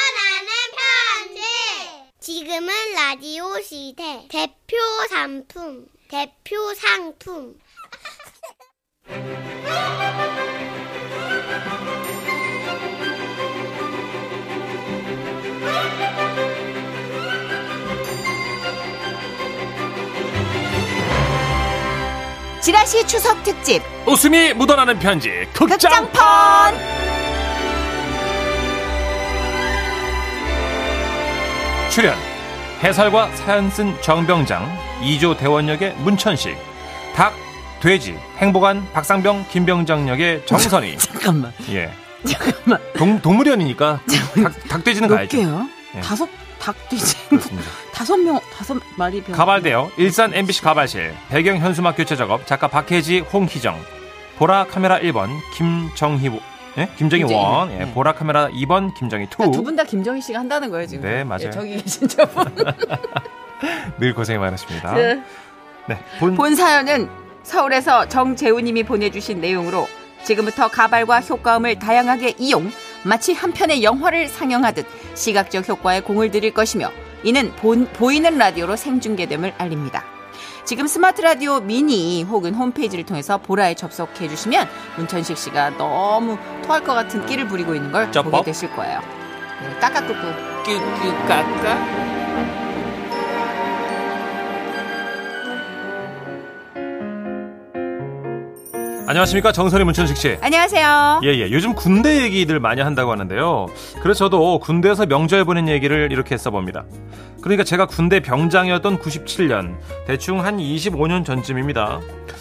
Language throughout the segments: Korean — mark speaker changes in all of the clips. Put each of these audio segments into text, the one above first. Speaker 1: 묻어나는 편지. 지금은 라디오 시대 대표 상품, 대표 상품.
Speaker 2: 지라시 추석 특집
Speaker 3: 웃음이 묻어나는 편지 극장
Speaker 2: 극장판
Speaker 3: 출연 해설과 사연 쓴 정병장 이조 대원 역의 문천식 닭 돼지 행복한 박상병 김병장 역의 정선희
Speaker 2: 잠깐만
Speaker 3: 예
Speaker 2: 잠깐만
Speaker 3: 동, 동물원이니까 닭, 닭돼지는
Speaker 2: 몇
Speaker 3: 가야죠
Speaker 2: 개요?
Speaker 3: 예.
Speaker 2: 다섯 닭돼지
Speaker 3: 그렇습니다.
Speaker 2: 다섯 명 다섯 마리 병
Speaker 3: 가발대요 일산 MBC 가발실 배경 현수막 교체 작업 작가 박혜지 홍희정 보라 카메라 1번 김정희 예? 김정희
Speaker 2: 김정희
Speaker 3: 원 예,
Speaker 2: 네.
Speaker 3: 보라 카메라 2번 김정희
Speaker 4: 두
Speaker 3: 2늘
Speaker 4: 분 다 김정희 씨가 한다는 거예요 지금.
Speaker 3: 네, 맞아요.
Speaker 4: 예, 저기 계신 저분.
Speaker 3: 고생이 많으십니다
Speaker 4: 네.
Speaker 3: 네, 본,
Speaker 4: 본 사연은 서울에서 정재우님이 보내주신 내용으로 지금부터 가발과 효과음을 다양하게 이용 마치 한 편의 영화를 상영하듯 시각적 효과에 공을 들일 것이며 이는 본, 보이는 라디오로 생중계됨을 알립니다. 지금 스마트 라디오 미니 혹은 홈페이지를 통해서 보라에 접속해 주시면 문천식 씨가 너무 토할 것 같은 끼를 부리고 있는 걸
Speaker 3: 쩝법.
Speaker 4: 보게 되실 거예요. 네, 까까꾸꾸 끼끼까까
Speaker 3: 안녕하십니까 정선희 문천식 씨
Speaker 4: 안녕하세요.
Speaker 3: 예예 요즘 군대 얘기들 많이 한다고 하는데요 그래서 저도 군대에서 명절 보낸 얘기를 이렇게 써봅니다 그러니까 제가 군대 병장이었던 97년 대충 한 25년 전쯤입니다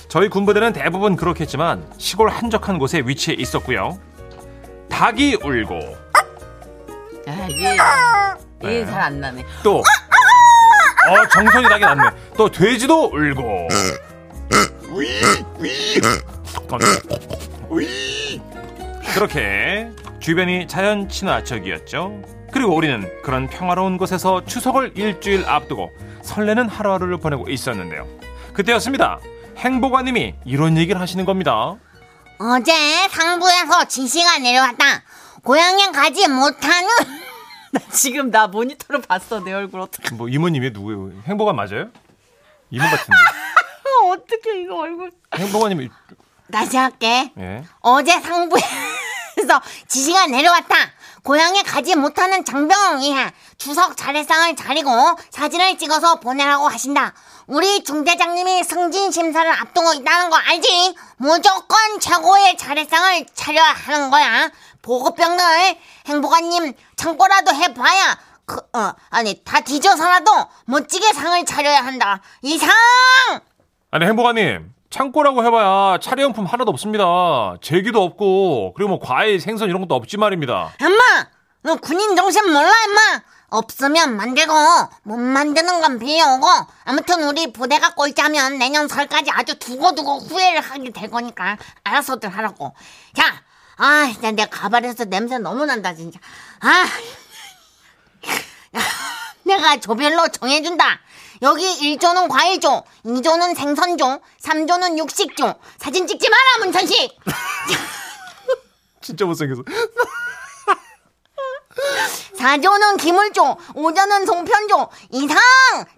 Speaker 3: 저희 군부대는 대부분 그렇겠지만 시골 한적한 곳에 위치해 있었고요 닭이 울고
Speaker 4: 아,
Speaker 2: 예.
Speaker 4: 이게 이게
Speaker 3: 네.
Speaker 4: 잘 안 나네.
Speaker 3: 또 어, 정선이 닭이 났네 또 돼지도 울고 그렇게 주변이 자연 친화적이었죠. 그리고 우리는 그런 평화로운 곳에서 추석을 일주일 앞두고 설레는 하루하루를 보내고 있었는데요. 그때였습니다. 행복아님이 이런 얘기를 하시는 겁니다.
Speaker 5: 어제 상부에서 지시가 내려왔다. 고향에 가지 못하는
Speaker 4: 지금 나 모니터로 봤어 내 얼굴 어떻게?
Speaker 3: 뭐 이모님이 누구예요? 행복아 맞아요? 이모 같은데.
Speaker 4: 어떻게 이거 얼굴?
Speaker 3: 행복아님이
Speaker 5: 다시 할게.
Speaker 3: 예.
Speaker 5: 어제 상부에서 지시가 내려왔다. 고향에 가지 못하는 장병을 위해 추석 자례상을 차리고 사진을 찍어서 보내라고 하신다. 우리 중대장님이 승진 심사를 앞두고 있다는 거 알지? 무조건 최고의 자례상을 차려야 하는 거야. 보급병들 행복한님 참고라도 해봐야 그, 어, 아니 다 뒤져서라도 멋지게 상을 차려야 한다. 이상!
Speaker 3: 아니 행복아님 창고라고 해봐야 차례용품 하나도 없습니다. 제기도 없고 그리고 뭐 과일, 생선 이런 것도 없지 말입니다.
Speaker 5: 엄마! 너 군인 정신 몰라, 엄마! 없으면 만들고, 못 만드는 건 빌려오고, 아무튼 우리 부대가 꼴찌하면 내년 설까지 아주 두고두고 후회를 하게 될 거니까, 알아서들 하라고. 자! 아, 진짜 내 가발에서 냄새 너무 난다, 진짜. 아! 내가 조별로 정해준다. 여기 1조는 과일조, 2조는 생선조, 3조는 육식조. 사진 찍지 마라, 문천식!
Speaker 3: 진짜 못생겼어.
Speaker 5: 4조는 기물조, 5조는 송편조, 이상!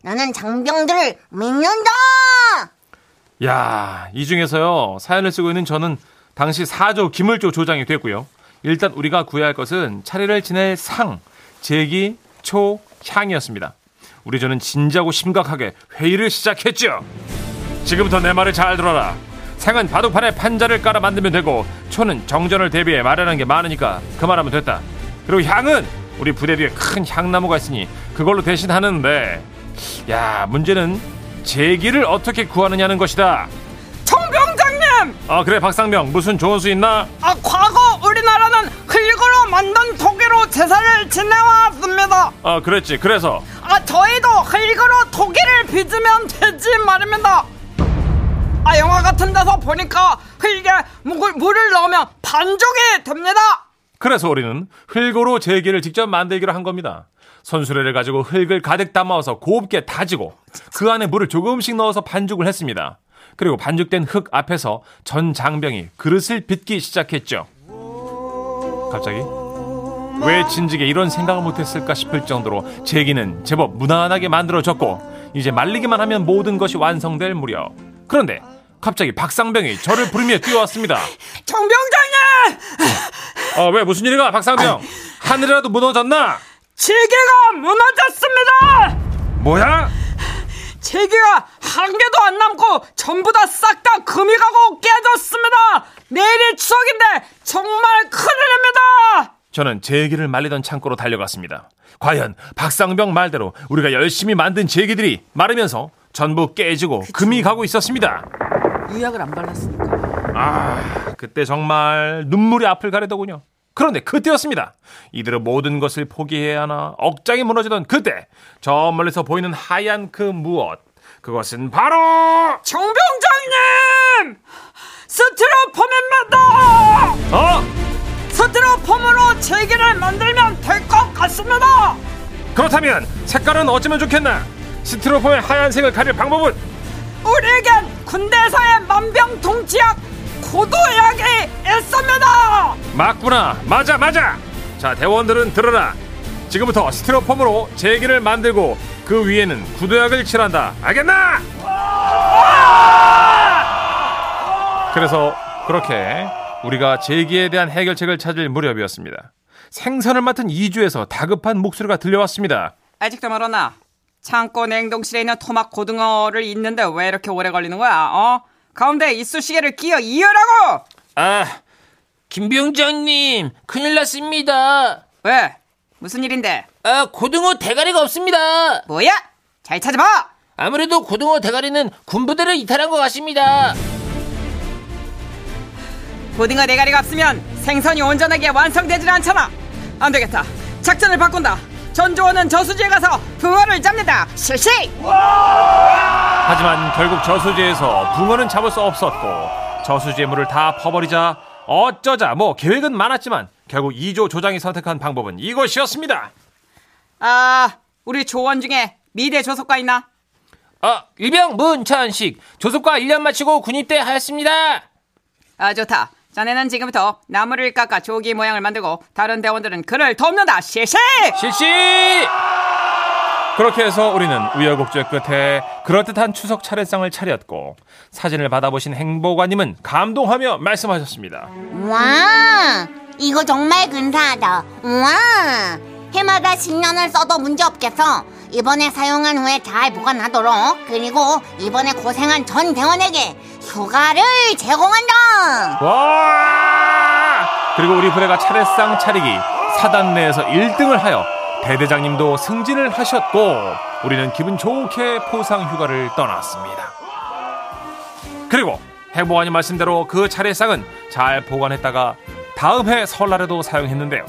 Speaker 5: 나는 장병들을 믿는다!
Speaker 3: 야, 이 중에서요, 사연을 쓰고 있는 저는 당시 4조 기물조 조장이 됐고요. 일단 우리가 구해야 할 것은 차례를 지낼 상, 제기, 초, 향이었습니다. 우리 저는 진지하고 심각하게 회의를 시작했죠. 지금부터 내 말을 잘 들어라. 상은 바둑판에 판자를 깔아 만들면 되고 초는 정전을 대비해 마련한 게 많으니까 그만하면 됐다. 그리고 향은 우리 부대 뒤에 큰 향나무가 있으니 그걸로 대신하는데 야 문제는 제기를 어떻게 구하느냐는 것이다.
Speaker 6: 총병장님!
Speaker 3: 아 그래 박상명 무슨 좋은 수 있나?
Speaker 6: 아, 과거 우리나라는 흙으로 만든 토기로 제사를 지내왔습니다.
Speaker 3: 아 그랬지 그래서
Speaker 6: 아, 저희도 흙으로 토기를 빚으면 되지 말입니다. 아, 영화 같은 데서 보니까 흙에 물, 물을 넣으면 반죽이 됩니다.
Speaker 3: 그래서 우리는 흙으로 제기를 직접 만들기로 한 겁니다. 선수레를 가지고 흙을 가득 담아서 곱게 다지고 그 안에 물을 조금씩 넣어서 반죽을 했습니다. 그리고 반죽된 흙 앞에서 전 장병이 그릇을 빚기 시작했죠. 갑자기 왜 진즉에 이런 생각을 못했을까 싶을 정도로 제기는 제법 무난하게 만들어졌고 이제 말리기만 하면 모든 것이 완성될 무렵 그런데 갑자기 박상병이 저를 부르며 뛰어왔습니다
Speaker 4: 정병장님!
Speaker 3: 어 왜 무슨 일이가 박상병 하늘이라도 무너졌나
Speaker 4: 지게가 무너졌습니다!
Speaker 3: 뭐야
Speaker 4: 지게가 한 개도 안 남고 전부 다 싹 다 금이 가고 깨졌습니다! 내일이 추석인데 정말 큰일입니다!
Speaker 3: 저는 제기를 말리던 창고로 달려갔습니다. 과연 박상병 말대로 우리가 열심히 만든 제기들이 마르면서 전부 깨지고 금이 가고 있었습니다.
Speaker 2: 유약을 안 발랐으니까.
Speaker 3: 그때 정말 눈물이 앞을 가리더군요. 그런데 그때였습니다. 이대로 모든 것을 포기해야 하나 억장이 무너지던 그때 저 멀리서 보이는 하얀 그 무엇 그것은 바로
Speaker 4: 정병장님! 스티로폼입니다!
Speaker 3: 어
Speaker 4: 스티로폼으로 제기를 만들면 될 것 같습니다!
Speaker 3: 그렇다면 색깔은 어쩌면 좋겠나 스티로폼의 하얀색을 가릴 방법은
Speaker 4: 우리에겐 군대에서의 만병통치약 고도약이 있습니다!
Speaker 3: 맞구나 맞아 맞아 자 대원들은 들어라 지금부터 스티로폼으로 제기를 만들고 그 위에는 구도약을 칠한다 알겠나 그래서 그렇게 우리가 제기에 대한 해결책을 찾을 무렵이었습니다 생선을 맡은 이주에서 다급한 목소리가 들려왔습니다
Speaker 4: 아직도 멀었나? 창고 냉동실에 있는 토막 고등어를 있는데 왜 이렇게 오래 걸리는 거야? 어? 가운데 이쑤시개를 끼어 이으라고!
Speaker 3: 아
Speaker 7: 김병장님 큰일 났습니다.
Speaker 4: 왜? 무슨 일인데?
Speaker 7: 아 고등어 대가리가 없습니다.
Speaker 4: 뭐야? 잘 찾아봐!
Speaker 7: 아무래도 고등어 대가리는 군부대를 이탈한 것 같습니다.
Speaker 4: 고등어 대가리가 없으면 생선이 온전하게 완성되질 않잖아. 안 되겠다. 작전을 바꾼다. 전조원은 저수지에 가서 붕어를 잡는다. 실시!
Speaker 3: 하지만 결국 저수지에서 붕어는 잡을 수 없었고 저수지의 물을 다 퍼버리자 어쩌자 뭐 계획은 많았지만 결국 이조 조장이 선택한 방법은 이것이었습니다.
Speaker 4: 아, 우리 조원 중에 미대 조속과 있나?
Speaker 7: 아 일병 문찬식 조속과 1년 마치고 군입대 하였습니다.
Speaker 4: 아, 좋다. 자네는 지금부터 나무를 깎아 조기 모양을 만들고 다른 대원들은 그를 돕는다. 실시!
Speaker 7: 실시.
Speaker 3: 그렇게 해서 우리는 우여곡절 끝에 그럴듯한 추석 차례상을 차렸고 사진을 받아보신 행보관님은 감동하며 말씀하셨습니다.
Speaker 5: 와, 이거 정말 근사하다. 와, 해마다 10년을 써도 문제없겠어. 이번에 사용한 후에 잘 보관하도록 그리고 이번에 고생한 전 대원에게 휴가를 제공한다.
Speaker 3: 와! 그리고 우리 부대가 차례상 차리기 사단 내에서 1등을 하여 대대장님도 승진을 하셨고 우리는 기분 좋게 포상 휴가를 떠났습니다. 그리고 해보관이 말씀대로 그 차례상은 잘 보관했다가 다음 해 설날에도 사용했는데요.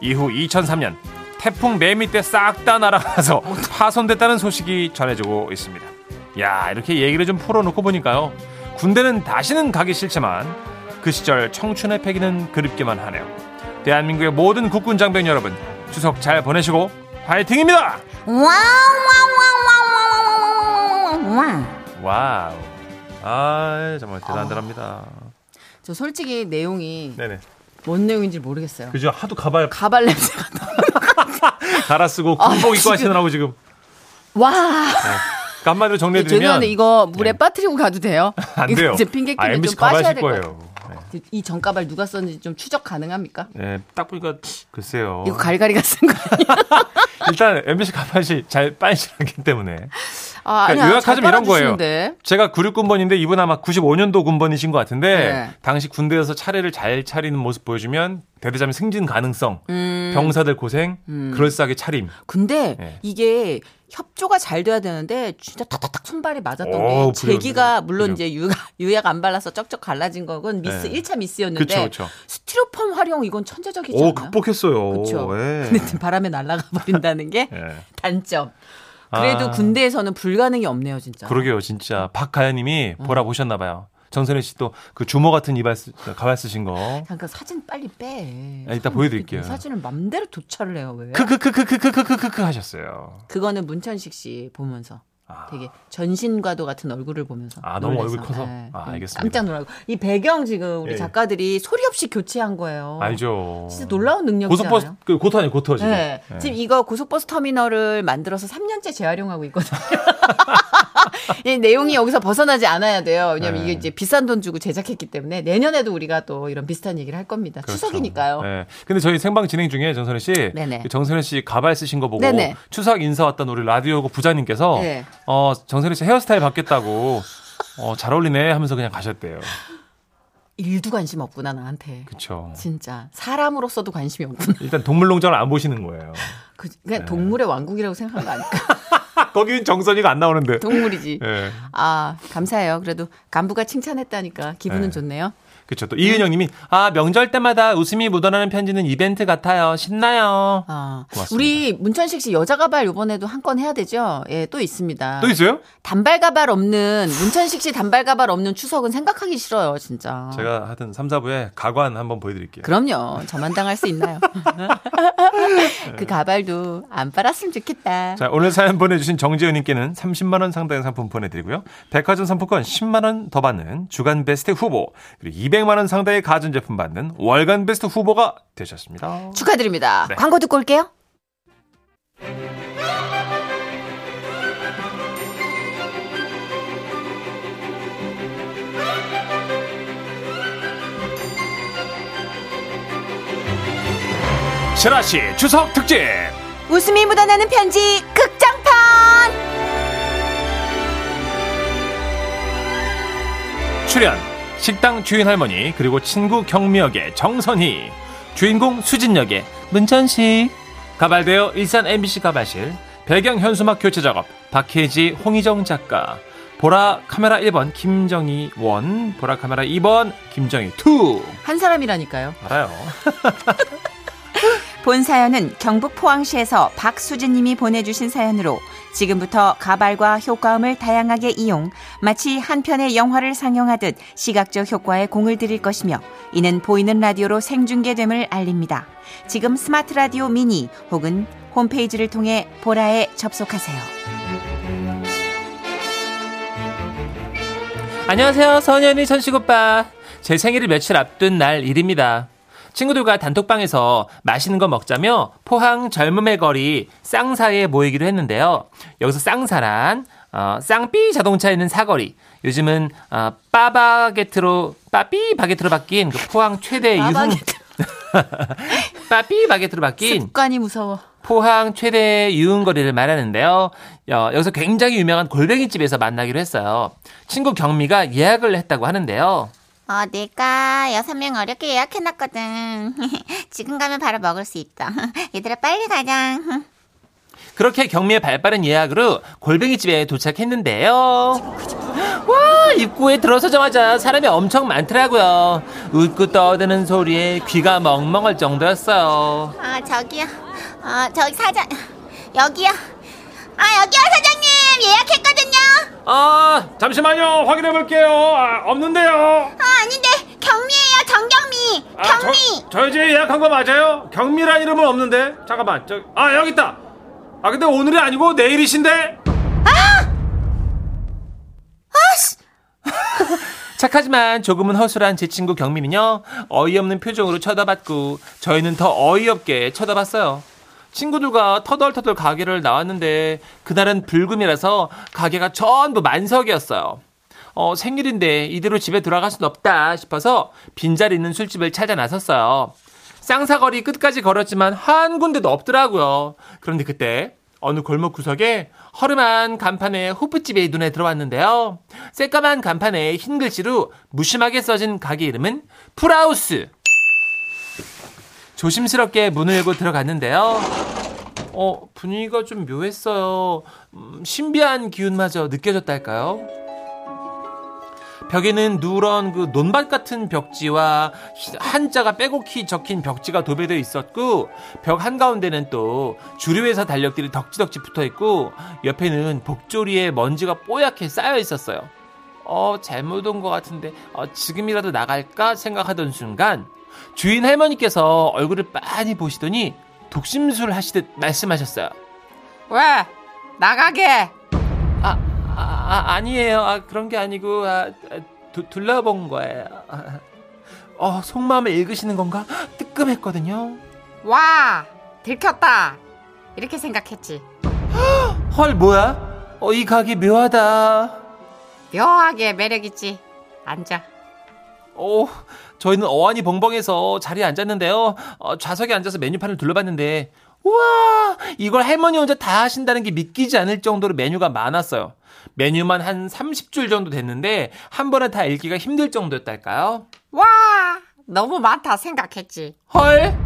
Speaker 3: 이후 2003년 태풍 매미 때 싹 다 날아가서 파손됐다는 소식이 전해지고 있습니다. 야 이렇게 얘기를 좀 풀어놓고 보니까요. 군대는 다시는 가기 싫지만 그 시절 청춘의 패기는 그립기만 하네요. 대한민국의 모든 국군 장병 여러분 추석 잘 보내시고 화이팅입니다.
Speaker 5: 와우, 와우, 와우, 와우, 와우, 와우, 와우, 와우, 와우, 와우.
Speaker 3: 와우. 아 정말 대단합니다.
Speaker 2: 저 솔직히 내용이
Speaker 3: 네네.
Speaker 2: 뭔 내용인지 모르겠어요.
Speaker 3: 그죠 하도 가발
Speaker 2: 가발 냄새가 나.
Speaker 3: 갈아 쓰고
Speaker 2: 아,
Speaker 3: 군복 입고
Speaker 2: 지금.
Speaker 3: 하시느라고 지금 네.
Speaker 2: 와.
Speaker 3: 그 한마디로 정리해드리면
Speaker 2: 죄송한데 이거 물에
Speaker 3: 네.
Speaker 2: 빠뜨리고 가도 돼요?
Speaker 3: 안 돼요.
Speaker 2: 이제 핑계
Speaker 3: 아,
Speaker 2: 끼면
Speaker 3: MBC
Speaker 2: 좀 빠셔야
Speaker 3: 가발
Speaker 2: 될
Speaker 3: 실
Speaker 2: 거예요.
Speaker 3: 거예요.
Speaker 2: 이 전가발 누가 썼는지 좀 추적 가능합니까?
Speaker 3: 네, 딱 보니까 글쎄요.
Speaker 2: 이거 갈갈이가 쓴 거 아니야?
Speaker 3: 그러니까 일단 MBC 가발이 잘 빠지지 않기 때문에
Speaker 2: 아,
Speaker 3: 그러니까
Speaker 2: 아니야.
Speaker 3: 요약하자면
Speaker 2: 잘
Speaker 3: 이런 거예요.
Speaker 2: 빨아주시는데.
Speaker 3: 제가 96군번인데 이분 아마 95년도 군번이신 것 같은데
Speaker 2: 네.
Speaker 3: 당시 군대에서 차례를 잘 차리는 모습 보여주면 대대장의 승진 가능성,
Speaker 2: 음.
Speaker 3: 병사들 고생, 그럴싸하게 차림.
Speaker 2: 근데
Speaker 3: 예.
Speaker 2: 이게 협조가 잘 돼야 되는데 진짜 탁탁탁 손발이 맞았던
Speaker 3: 오,
Speaker 2: 게 제기가
Speaker 3: 불리운데.
Speaker 2: 물론
Speaker 3: 그죠.
Speaker 2: 이제 유약, 유약 안 발라서 쩍쩍 갈라진 거건 미스
Speaker 3: 네.
Speaker 2: 일 1차 미스였는데
Speaker 3: 그쵸, 그쵸.
Speaker 2: 스티로폼 활용 이건 천재적이지 않나요?
Speaker 3: 오 극복했어요.
Speaker 2: 그쵸.
Speaker 3: 예.
Speaker 2: 근데 바람에 날아가 버린다는 게
Speaker 3: 예.
Speaker 2: 단점. 그래도
Speaker 3: 아.
Speaker 2: 군대에서는 불가능이 없네요, 진짜. 음.
Speaker 3: 그러게요, 진짜 박가연님이 보라 보셨나봐요. 정선혜 씨 또 그 주모 같은 이발 쓰, 가발 쓰신 거.
Speaker 2: 잠깐 사진 빨리 빼.
Speaker 3: 아, 이따 보여드릴게요. 그
Speaker 2: 사진을 맘대로 도착을 해요. 왜?
Speaker 3: 크크크크크크크크크 하셨어요.
Speaker 2: 그거는 문천식 씨 보면서 되게 전신과도 같은 얼굴을 보면서
Speaker 8: 아, 너무
Speaker 2: 놀라서.
Speaker 8: 얼굴이 커서?
Speaker 2: 네.
Speaker 8: 아, 알겠습니다.
Speaker 2: 깜짝 놀라고 이 배경 지금 우리
Speaker 8: 예, 예.
Speaker 2: 작가들이 소리 없이 교체한 거예요.
Speaker 8: 알죠.
Speaker 2: 어. 진짜 놀라운 능력이잖아요.
Speaker 8: 고속버스 그 고토 아니에요 고토 지금.
Speaker 2: 네.
Speaker 8: 예.
Speaker 2: 지금 이거 고속버스 터미널을 만들어서 3년째 재활용하고 있거든요. 이 내용이 여기서 벗어나지 않아야 돼요. 왜냐면
Speaker 8: 네.
Speaker 2: 이게 이제 비싼 돈 주고 제작했기 때문에 내년에도 우리가 또 이런 비슷한 얘기를 할 겁니다.
Speaker 8: 그렇죠.
Speaker 2: 추석이니까요.
Speaker 8: 네. 근데 저희 생방 진행 중에 정선혜 씨,
Speaker 2: 네네.
Speaker 8: 그 정선혜 씨 가발 쓰신 거 보고
Speaker 2: 네네.
Speaker 8: 추석 인사 왔던 우리 라디오고 부자님께서
Speaker 2: 네.
Speaker 8: 어 정선혜 씨 헤어스타일 바뀌었다고 어, 잘 어울리네 하면서 그냥 가셨대요.
Speaker 2: 일도 관심 없구나 나한테.
Speaker 8: 그렇죠.
Speaker 2: 진짜 사람으로서도 관심이 없구나.
Speaker 8: 일단 동물농장을 안 보시는 거예요.
Speaker 2: 그- 그냥
Speaker 8: 네.
Speaker 2: 동물의 왕국이라고 생각한 거 아닐까?
Speaker 8: 거긴 정선이가 안 나오는데.
Speaker 2: 동물이지.
Speaker 8: 예.
Speaker 2: 아 감사해요. 그래도 간부가 칭찬했다니까 기분은
Speaker 8: 네.
Speaker 2: 좋네요.
Speaker 8: 그렇죠. 또 이은영님이 아 명절 때마다 웃음이 묻어나는 편지는 이벤트 같아요. 신나요.
Speaker 2: 아,
Speaker 8: 고맙습니다.
Speaker 2: 우리 문천식 씨 여자 가발 요번에도 한 건 해야 되죠? 예, 또 있습니다.
Speaker 8: 또 있어요?
Speaker 2: 단발 가발 없는 문천식 씨 단발 가발 없는 추석은 생각하기 싫어요, 진짜.
Speaker 8: 제가 하여튼 3, 4부에 가관 한번 보여드릴게요.
Speaker 2: 그럼요. 저만 당할 수 있나요? 그 가발도 안 빨았으면 좋겠다.
Speaker 8: 자, 오늘 사연 보내주신 정재현님께는 30만원 상당의 상품 보내드리고요. 백화점 상품권 10만원 더 받는 주간 베스트 후보, 그리고 200만원 상당의 가전제품 받는 월간 베스트 후보가 되셨습니다.
Speaker 2: 축하드립니다.
Speaker 8: 네.
Speaker 2: 광고 듣고 올게요.
Speaker 8: 지라시 추석 특집!
Speaker 2: 웃음이 묻어나는 편지 극장판.
Speaker 8: 출연! 식당 주인 할머니, 그리고 친구 경미 역의 정선희, 주인공 수진 역의 문천식, 가발대여 일산 MBC 가발실, 배경 현수막 교체 작업, 박혜지, 홍희정 작가, 보라 카메라 1번 김정희 원, 보라 카메라 2번 김정희 투
Speaker 2: 한 사람이라니까요.
Speaker 8: 알아요.
Speaker 2: 본 사연은 경북 포항시에서 박수진 님이 보내주신 사연으로 지금부터 가발과 효과음을 다양하게 이용 마치 한 편의 영화를 상영하듯 시각적 효과에 공을 들일 것이며 이는 보이는 라디오로 생중계됨을 알립니다. 지금 스마트 라디오 미니 혹은 홈페이지를 통해 보라에 접속하세요.
Speaker 3: 안녕하세요. 선현이 천식 오빠. 제 생일을 며칠 앞둔 날 일입니다. 친구들과 단톡방에서 맛있는 거 먹자며 포항 젊음의 거리 쌍사에 모이기로 했는데요. 여기서 쌍사란 어, 쌍삐 자동차에 있는 사거리. 요즘은 어, 빠바게트로 빠삐 바게트로 바뀐 그 포항 최대 유흥 빠삐 바게트로 바뀐
Speaker 2: 습관이 무서워.
Speaker 3: 포항 최대 유흥거리를 말하는데요. 어, 여기서 굉장히 유명한 골뱅이집에서 만나기로 했어요. 친구 경미가 예약을 했다고 하는데요.
Speaker 5: 어, 내가 여섯 명 어렵게 예약해놨거든. 지금 가면 바로 먹을 수 있다. 얘들아, 빨리 가자.
Speaker 3: 그렇게 경미의 발빠른 예약으로 골뱅이집에 도착했는데요. 와, 입구에 들어서자마자 사람이 엄청 많더라고요. 웃고 떠드는 소리에 귀가 멍멍할 정도였어요.
Speaker 5: 아, 저기요. 아, 저기 사장, 여기요. 아, 여기요, 사장님! 예약했거든요!
Speaker 8: 아 잠시만요 확인해 볼게요. 아, 없는데요.
Speaker 5: 아, 아닌데, 경미예요, 정경미!
Speaker 3: 아,
Speaker 5: 경미!
Speaker 8: 저, 희 예약한 거 맞아요? 경미란 이름은 없는데 잠깐만 저아 여기 있다. 아 근데 오늘이 아니고 내일이신데.
Speaker 5: 아!
Speaker 3: 착하지만 조금은 허술한 제 친구 경민은요 어이없는 표정으로 쳐다봤고 저희는 더 어이없게 쳐다봤어요 친구들과 터덜터덜 가게를 나왔는데 그날은 불금이라서 가게가 전부 만석이었어요 어, 생일인데 이대로 집에 돌아갈 순 없다 싶어서 빈자리 있는 술집을 찾아 나섰어요 쌍사거리 끝까지 걸었지만 한 군데도 없더라고요 그런데 그때 어느 골목 구석에 허름한 간판에 호프집이 눈에 들어왔는데요. 새까만 간판에 흰 글씨로 무심하게 써진 가게 이름은 풀하우스. 조심스럽게 문을 열고 들어갔는데요. 어, 분위기가 좀 묘했어요. 음, 신비한 기운마저 느껴졌달까요? 벽에는 누런 그 논밭 같은 벽지와 히- 한자가 빼곡히 적힌 벽지가 도배되어 있었고 벽 한가운데는 또 주류회사 달력들이 덕지덕지 붙어 있고 옆에는 복조리에 먼지가 뽀얗게 쌓여 있었어요. 어 잘못 온 것 같은데 어, 지금이라도 나갈까 생각하던 순간 주인 할머니께서 얼굴을 빤히 보시더니 독심술 하시듯 말씀하셨어요.
Speaker 2: 왜? 나가게!
Speaker 3: 아, 아, 아, 니에요 아, 그런 게 아니고 아, 아, 두- 둘러본 거예요. 아, 어, 속마음을 읽으시는 건가? 뜨끔했거든요.
Speaker 4: 와 들켰다 이렇게 생각했지
Speaker 3: 헐, 뭐야? 어, 이 가게 묘하다.
Speaker 4: 묘하게 매력있지 앉아
Speaker 3: 어, 저희는 어안이 벙벙해서 자리에 앉았는데요. 어, 좌석에 앉아서 메뉴판을 둘러봤는데, 우와! 이걸 할머니 혼자 다 하신다는 게 믿기지 않을 정도로 메뉴가 많았어요. 메뉴만 한 30줄 정도 됐는데, 한 번에 다 읽기가 힘들 정도였달까요?
Speaker 4: 와 너무 많다 생각했지
Speaker 3: 헐!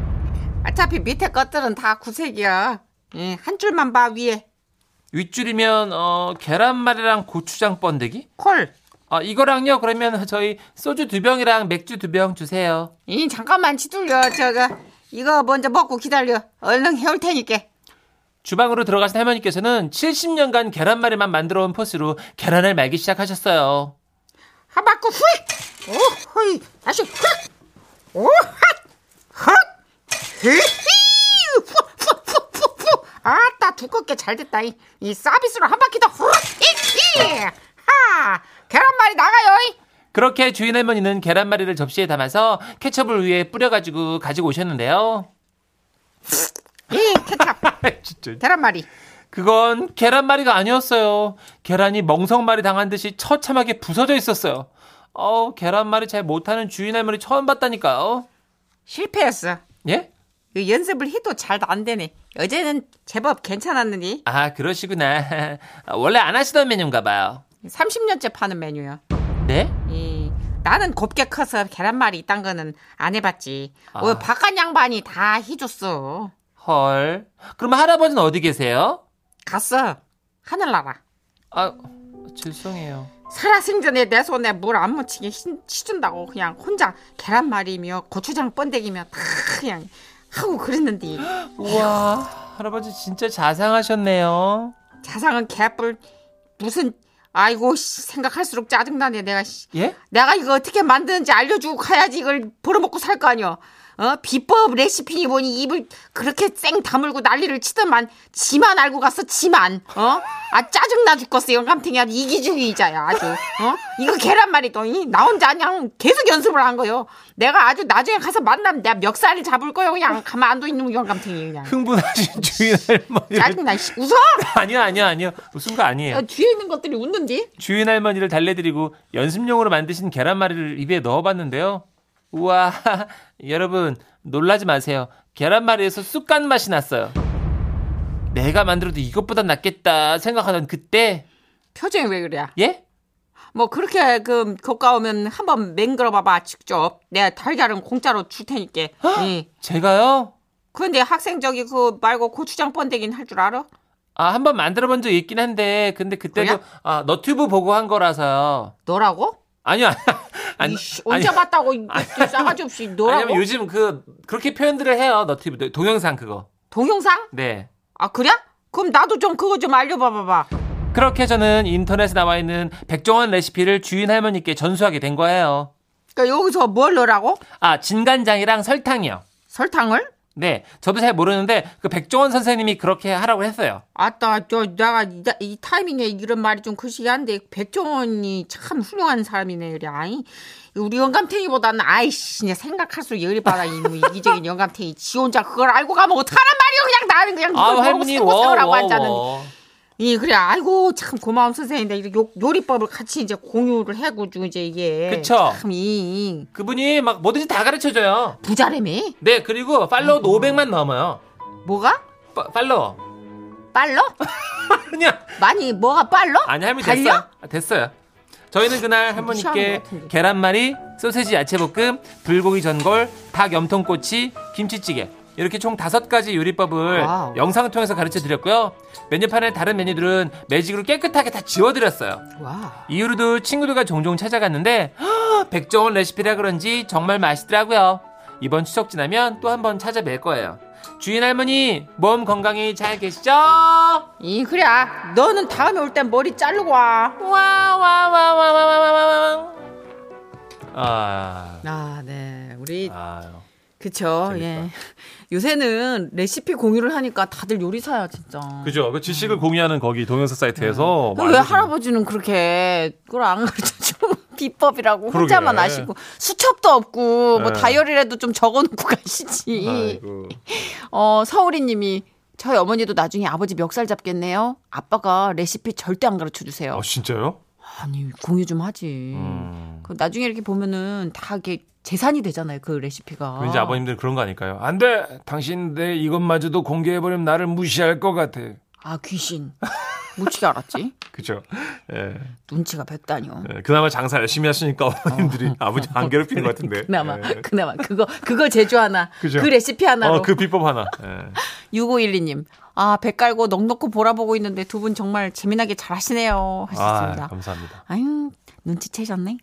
Speaker 4: 어차피 밑에 것들은 다 구색이야 예, 한 줄만 봐 위에
Speaker 3: 윗줄이면, 어, 계란말이랑 고추장 번데기?
Speaker 4: 콜
Speaker 3: 아, 이거랑요, 그러면 저희 소주 두 병이랑 맥주 두 병 주세요.
Speaker 4: 이, 잠깐만 치둘려 저거 이거 먼저 먹고 기다려 얼른 해올 테니까
Speaker 3: 주방으로 들어가신 할머니께서는 70년간 계란말이만 만들어 온 포스로 계란을 말기 시작하셨어요.
Speaker 4: 한 바퀴 휙! 오, 허이, 다시 휙! 오, 핫! 핫! 히히! 후, 후, 후, 후, 후! 아따, 두껍게 잘 됐다. 이, 이 서비스로 한 바퀴 더 훅! 이, 이! 하! 계란말이 나가요! 이.
Speaker 3: 그렇게 주인 할머니는 계란말이를 접시에 담아서 케첩을 위에 뿌려가지고 가지고 오셨는데요.
Speaker 4: 이, 케찹,
Speaker 3: 진짜.
Speaker 4: 계란말이.
Speaker 3: 그건 계란말이가 아니었어요. 계란이 멍석말이 당한 듯이 처참하게 부서져 있었어요. 어, 계란말이 잘 못하는 주인 할머니 처음 봤다니까요.
Speaker 4: 실패했어.
Speaker 3: 예?
Speaker 4: 이 연습을 해도 잘 안 되네. 어제는 제법 괜찮았느니.
Speaker 3: 아, 그러시구나. 아, 원래 안 하시던 메뉴인가 봐요.
Speaker 4: 30년째 파는 메뉴야.
Speaker 3: 네?
Speaker 4: 이, 예. 나는 곱게 커서 계란말이 이딴 거는 안 해봤지. 어, 바깥 양반이 다 해줬어.
Speaker 3: 헐. 그럼 할아버지는 어디 계세요?
Speaker 4: 갔어. 하늘나라.
Speaker 3: 아, 죄송해요.
Speaker 4: 살아생전에 내 손에 물 안 묻히게 시- 시준다고 그냥 혼자 계란말이며 고추장 번데기며 다 그냥 하고 그랬는데
Speaker 3: 우와, 할아버지 진짜 자상하셨네요.
Speaker 4: 자상은 개뿔 무슨 아이고 씨, 생각할수록 짜증나네 내가 씨.
Speaker 3: 예?
Speaker 4: 내가 이거 어떻게 만드는지 알려주고 가야지 이걸 벌어먹고 살 거 아니야. 어? 비법 레시피니 뭐니 입을 그렇게 쌩 다물고 난리를 치더만 지만 알고 갔어 지만 어? 아 짜증나 죽겠어 영감탱이 아주 이기주의자야 아주 어? 이거 계란말이도 이, 나 혼자 그냥 계속 연습을 한 거요 내가 아주 나중에 가서 만나면 내가 멱살을 잡을 거요 그냥 가만 안둬 있는 영감탱이 그냥
Speaker 3: 흥분하신 주인 할머니를
Speaker 4: 짜증나 씨 웃어?
Speaker 3: 아니요 아니요 아니요 웃은 거
Speaker 4: 어,
Speaker 3: 아니에요
Speaker 4: 뒤에 있는 것들이 웃는디?
Speaker 3: 주인 할머니를 달래드리고 연습용으로 만드신 계란말이를 입에 넣어봤는데요 우와 여러분 놀라지 마세요 계란말이에서 쑥간 맛이 났어요 내가 만들어도 이것보단 낫겠다 생각하던 그때
Speaker 4: 표정이 왜 그래?
Speaker 3: 예?
Speaker 4: 뭐 그렇게 그 고가오면 한번 맹글어 봐봐 직접 내가 달걀은 공짜로 줄 테니까 예.
Speaker 3: 제가요?
Speaker 4: 그런데 학생 저기 그 말고 고추장 번데기는 할 줄 알아?
Speaker 3: 아 한번 만들어본 적 있긴 한데 근데 그때도
Speaker 4: 뭐야?
Speaker 3: 아 너튜브 보고 한 거라서요
Speaker 4: 너라고?
Speaker 3: 아니요 아니,
Speaker 4: 이씨, 언제 봤다고 이 싸가지 없이 너라고?
Speaker 3: 왜냐면 요즘 그 그렇게 표현들을 해요 너튜브 동영상 그거
Speaker 4: 동영상?
Speaker 3: 네
Speaker 4: 아 그래? 그럼 나도 좀 그거 좀 알려봐봐봐
Speaker 3: 그렇게 저는 인터넷에 나와 있는 백종원 레시피를 주인 할머니께 전수하게 된 거예요
Speaker 4: 그러니까 여기서 뭘 넣으라고?
Speaker 3: 아 진간장이랑 설탕이요
Speaker 4: 설탕을?
Speaker 3: 네 저도 잘 모르는데 그 백종원 선생님이 그렇게 하라고 했어요
Speaker 4: 아따 저 내가 이, 나- 이 타이밍에 이런 말이 좀 그시한데 백종원이 참 훌륭한 사람이네 그래 아이 우리 영감탱이보다는 아이씨 그냥 생각할수록 열이 받아 뭐 이놈 이기적인 영감탱이 지 혼자 그걸 알고 가면 어떡하란 말이오 그냥 나는 음, 그냥
Speaker 3: 아
Speaker 4: 이걸 모르고
Speaker 3: 할머니
Speaker 4: 세고 세우라고 앉았는데
Speaker 3: 워워워
Speaker 4: 이 그래 아이고 참 고마운 선생님인데 이렇게 요, 요리법을 같이 이제 공유를 해가지고 이제 이게
Speaker 3: 그쵸.
Speaker 4: 참이
Speaker 3: 그분이 막 뭐든지 다 가르쳐줘요
Speaker 4: 부자래매
Speaker 3: 네 그리고 팔로워도 500만 넘어요
Speaker 4: 뭐가
Speaker 3: 파- 팔로워
Speaker 4: 빨러?
Speaker 3: 그냥
Speaker 4: 많이 뭐가 빨러?
Speaker 3: 아니 할머니
Speaker 4: 달려?
Speaker 3: 됐어요. 아, 됐어요. 저희는 그날
Speaker 4: 무시하는
Speaker 3: 할머니께
Speaker 4: 것 같은데.
Speaker 3: 계란말이, 소세지 야채볶음, 불고기 전골, 닭 염통꼬치, 김치찌개 이렇게 총 다섯 가지 요리법을
Speaker 4: 와우.
Speaker 3: 영상을 통해서 가르쳐 드렸고요. 메뉴판에 다른 메뉴들은 매직으로 깨끗하게 다 지워 드렸어요.
Speaker 4: 와
Speaker 3: 이후로도 친구들과 종종 찾아갔는데 헉, 백종원 레시피라 그런지 정말 맛있더라고요. 이번 추석 지나면 또 한번 찾아뵐 거예요. 주인 할머니 몸 건강히 잘 계시죠?
Speaker 4: 이 그래 아, 너는 다음에 올 땐 머리 자르고 와
Speaker 3: 와와와와와와와. 아,
Speaker 4: 아, 네. 우리
Speaker 3: 아유.
Speaker 4: 그쵸.
Speaker 2: 그러니까.
Speaker 3: 재밌다.
Speaker 4: 예.
Speaker 2: 요새는 레시피 공유를 하니까 다들 요리사야 진짜.
Speaker 3: 그죠? 그 지식을 공유하는 거기 동영상 사이트에서
Speaker 2: 왜그 할아버지는 그렇게 그걸 안 가르쳐주면 비법이라고 혼자만
Speaker 3: 그러게.
Speaker 2: 아시고 수첩도 없고 뭐
Speaker 3: 네.
Speaker 2: 다이어리라도 좀 적어놓고 가시지.
Speaker 3: 아, 이
Speaker 2: 어, 서울이님이 저희 어머니도 나중에 아버지 멱살 잡겠네요. 아빠가 레시피 절대 안 가르쳐 주세요.
Speaker 3: 아 진짜요?
Speaker 2: 아니 공유 좀 하지.
Speaker 3: 음.
Speaker 2: 그 나중에 이렇게 보면은 다 이게 재산이 되잖아요. 그 레시피가.
Speaker 3: 왠지 아버님들은 그런 거 아닐까요? 안 돼! 당신 내 이것마저도 공개해버리면 나를 무시할 것 같아.
Speaker 2: 아 귀신. 어떻게 알았지?
Speaker 3: 그죠? 예.
Speaker 2: 눈치가 백단이요.
Speaker 3: 예, 그나마 장사 열심히 하시니까 어머님들이 아버지 안 괴롭히는 것 같은데.
Speaker 2: 그나마
Speaker 3: 예.
Speaker 2: 그나마 그거 그거 제조 하나. 그
Speaker 3: 그죠.
Speaker 2: 레시피 하나로.
Speaker 3: 어, 그 비법 하나. 예.
Speaker 2: 6512님. 아, 배 깔고 넉넉히 보라보고 있는데 두 분 정말 재미나게 잘 하시네요.
Speaker 3: 아,
Speaker 2: 하셨습니다.
Speaker 3: 감사합니다.
Speaker 2: 아유, 눈치채셨네.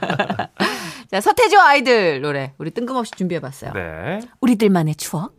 Speaker 2: 자, 서태지와 아이들 노래. 우리 뜬금없이 준비해봤어요.
Speaker 3: 네.
Speaker 2: 우리들만의 추억.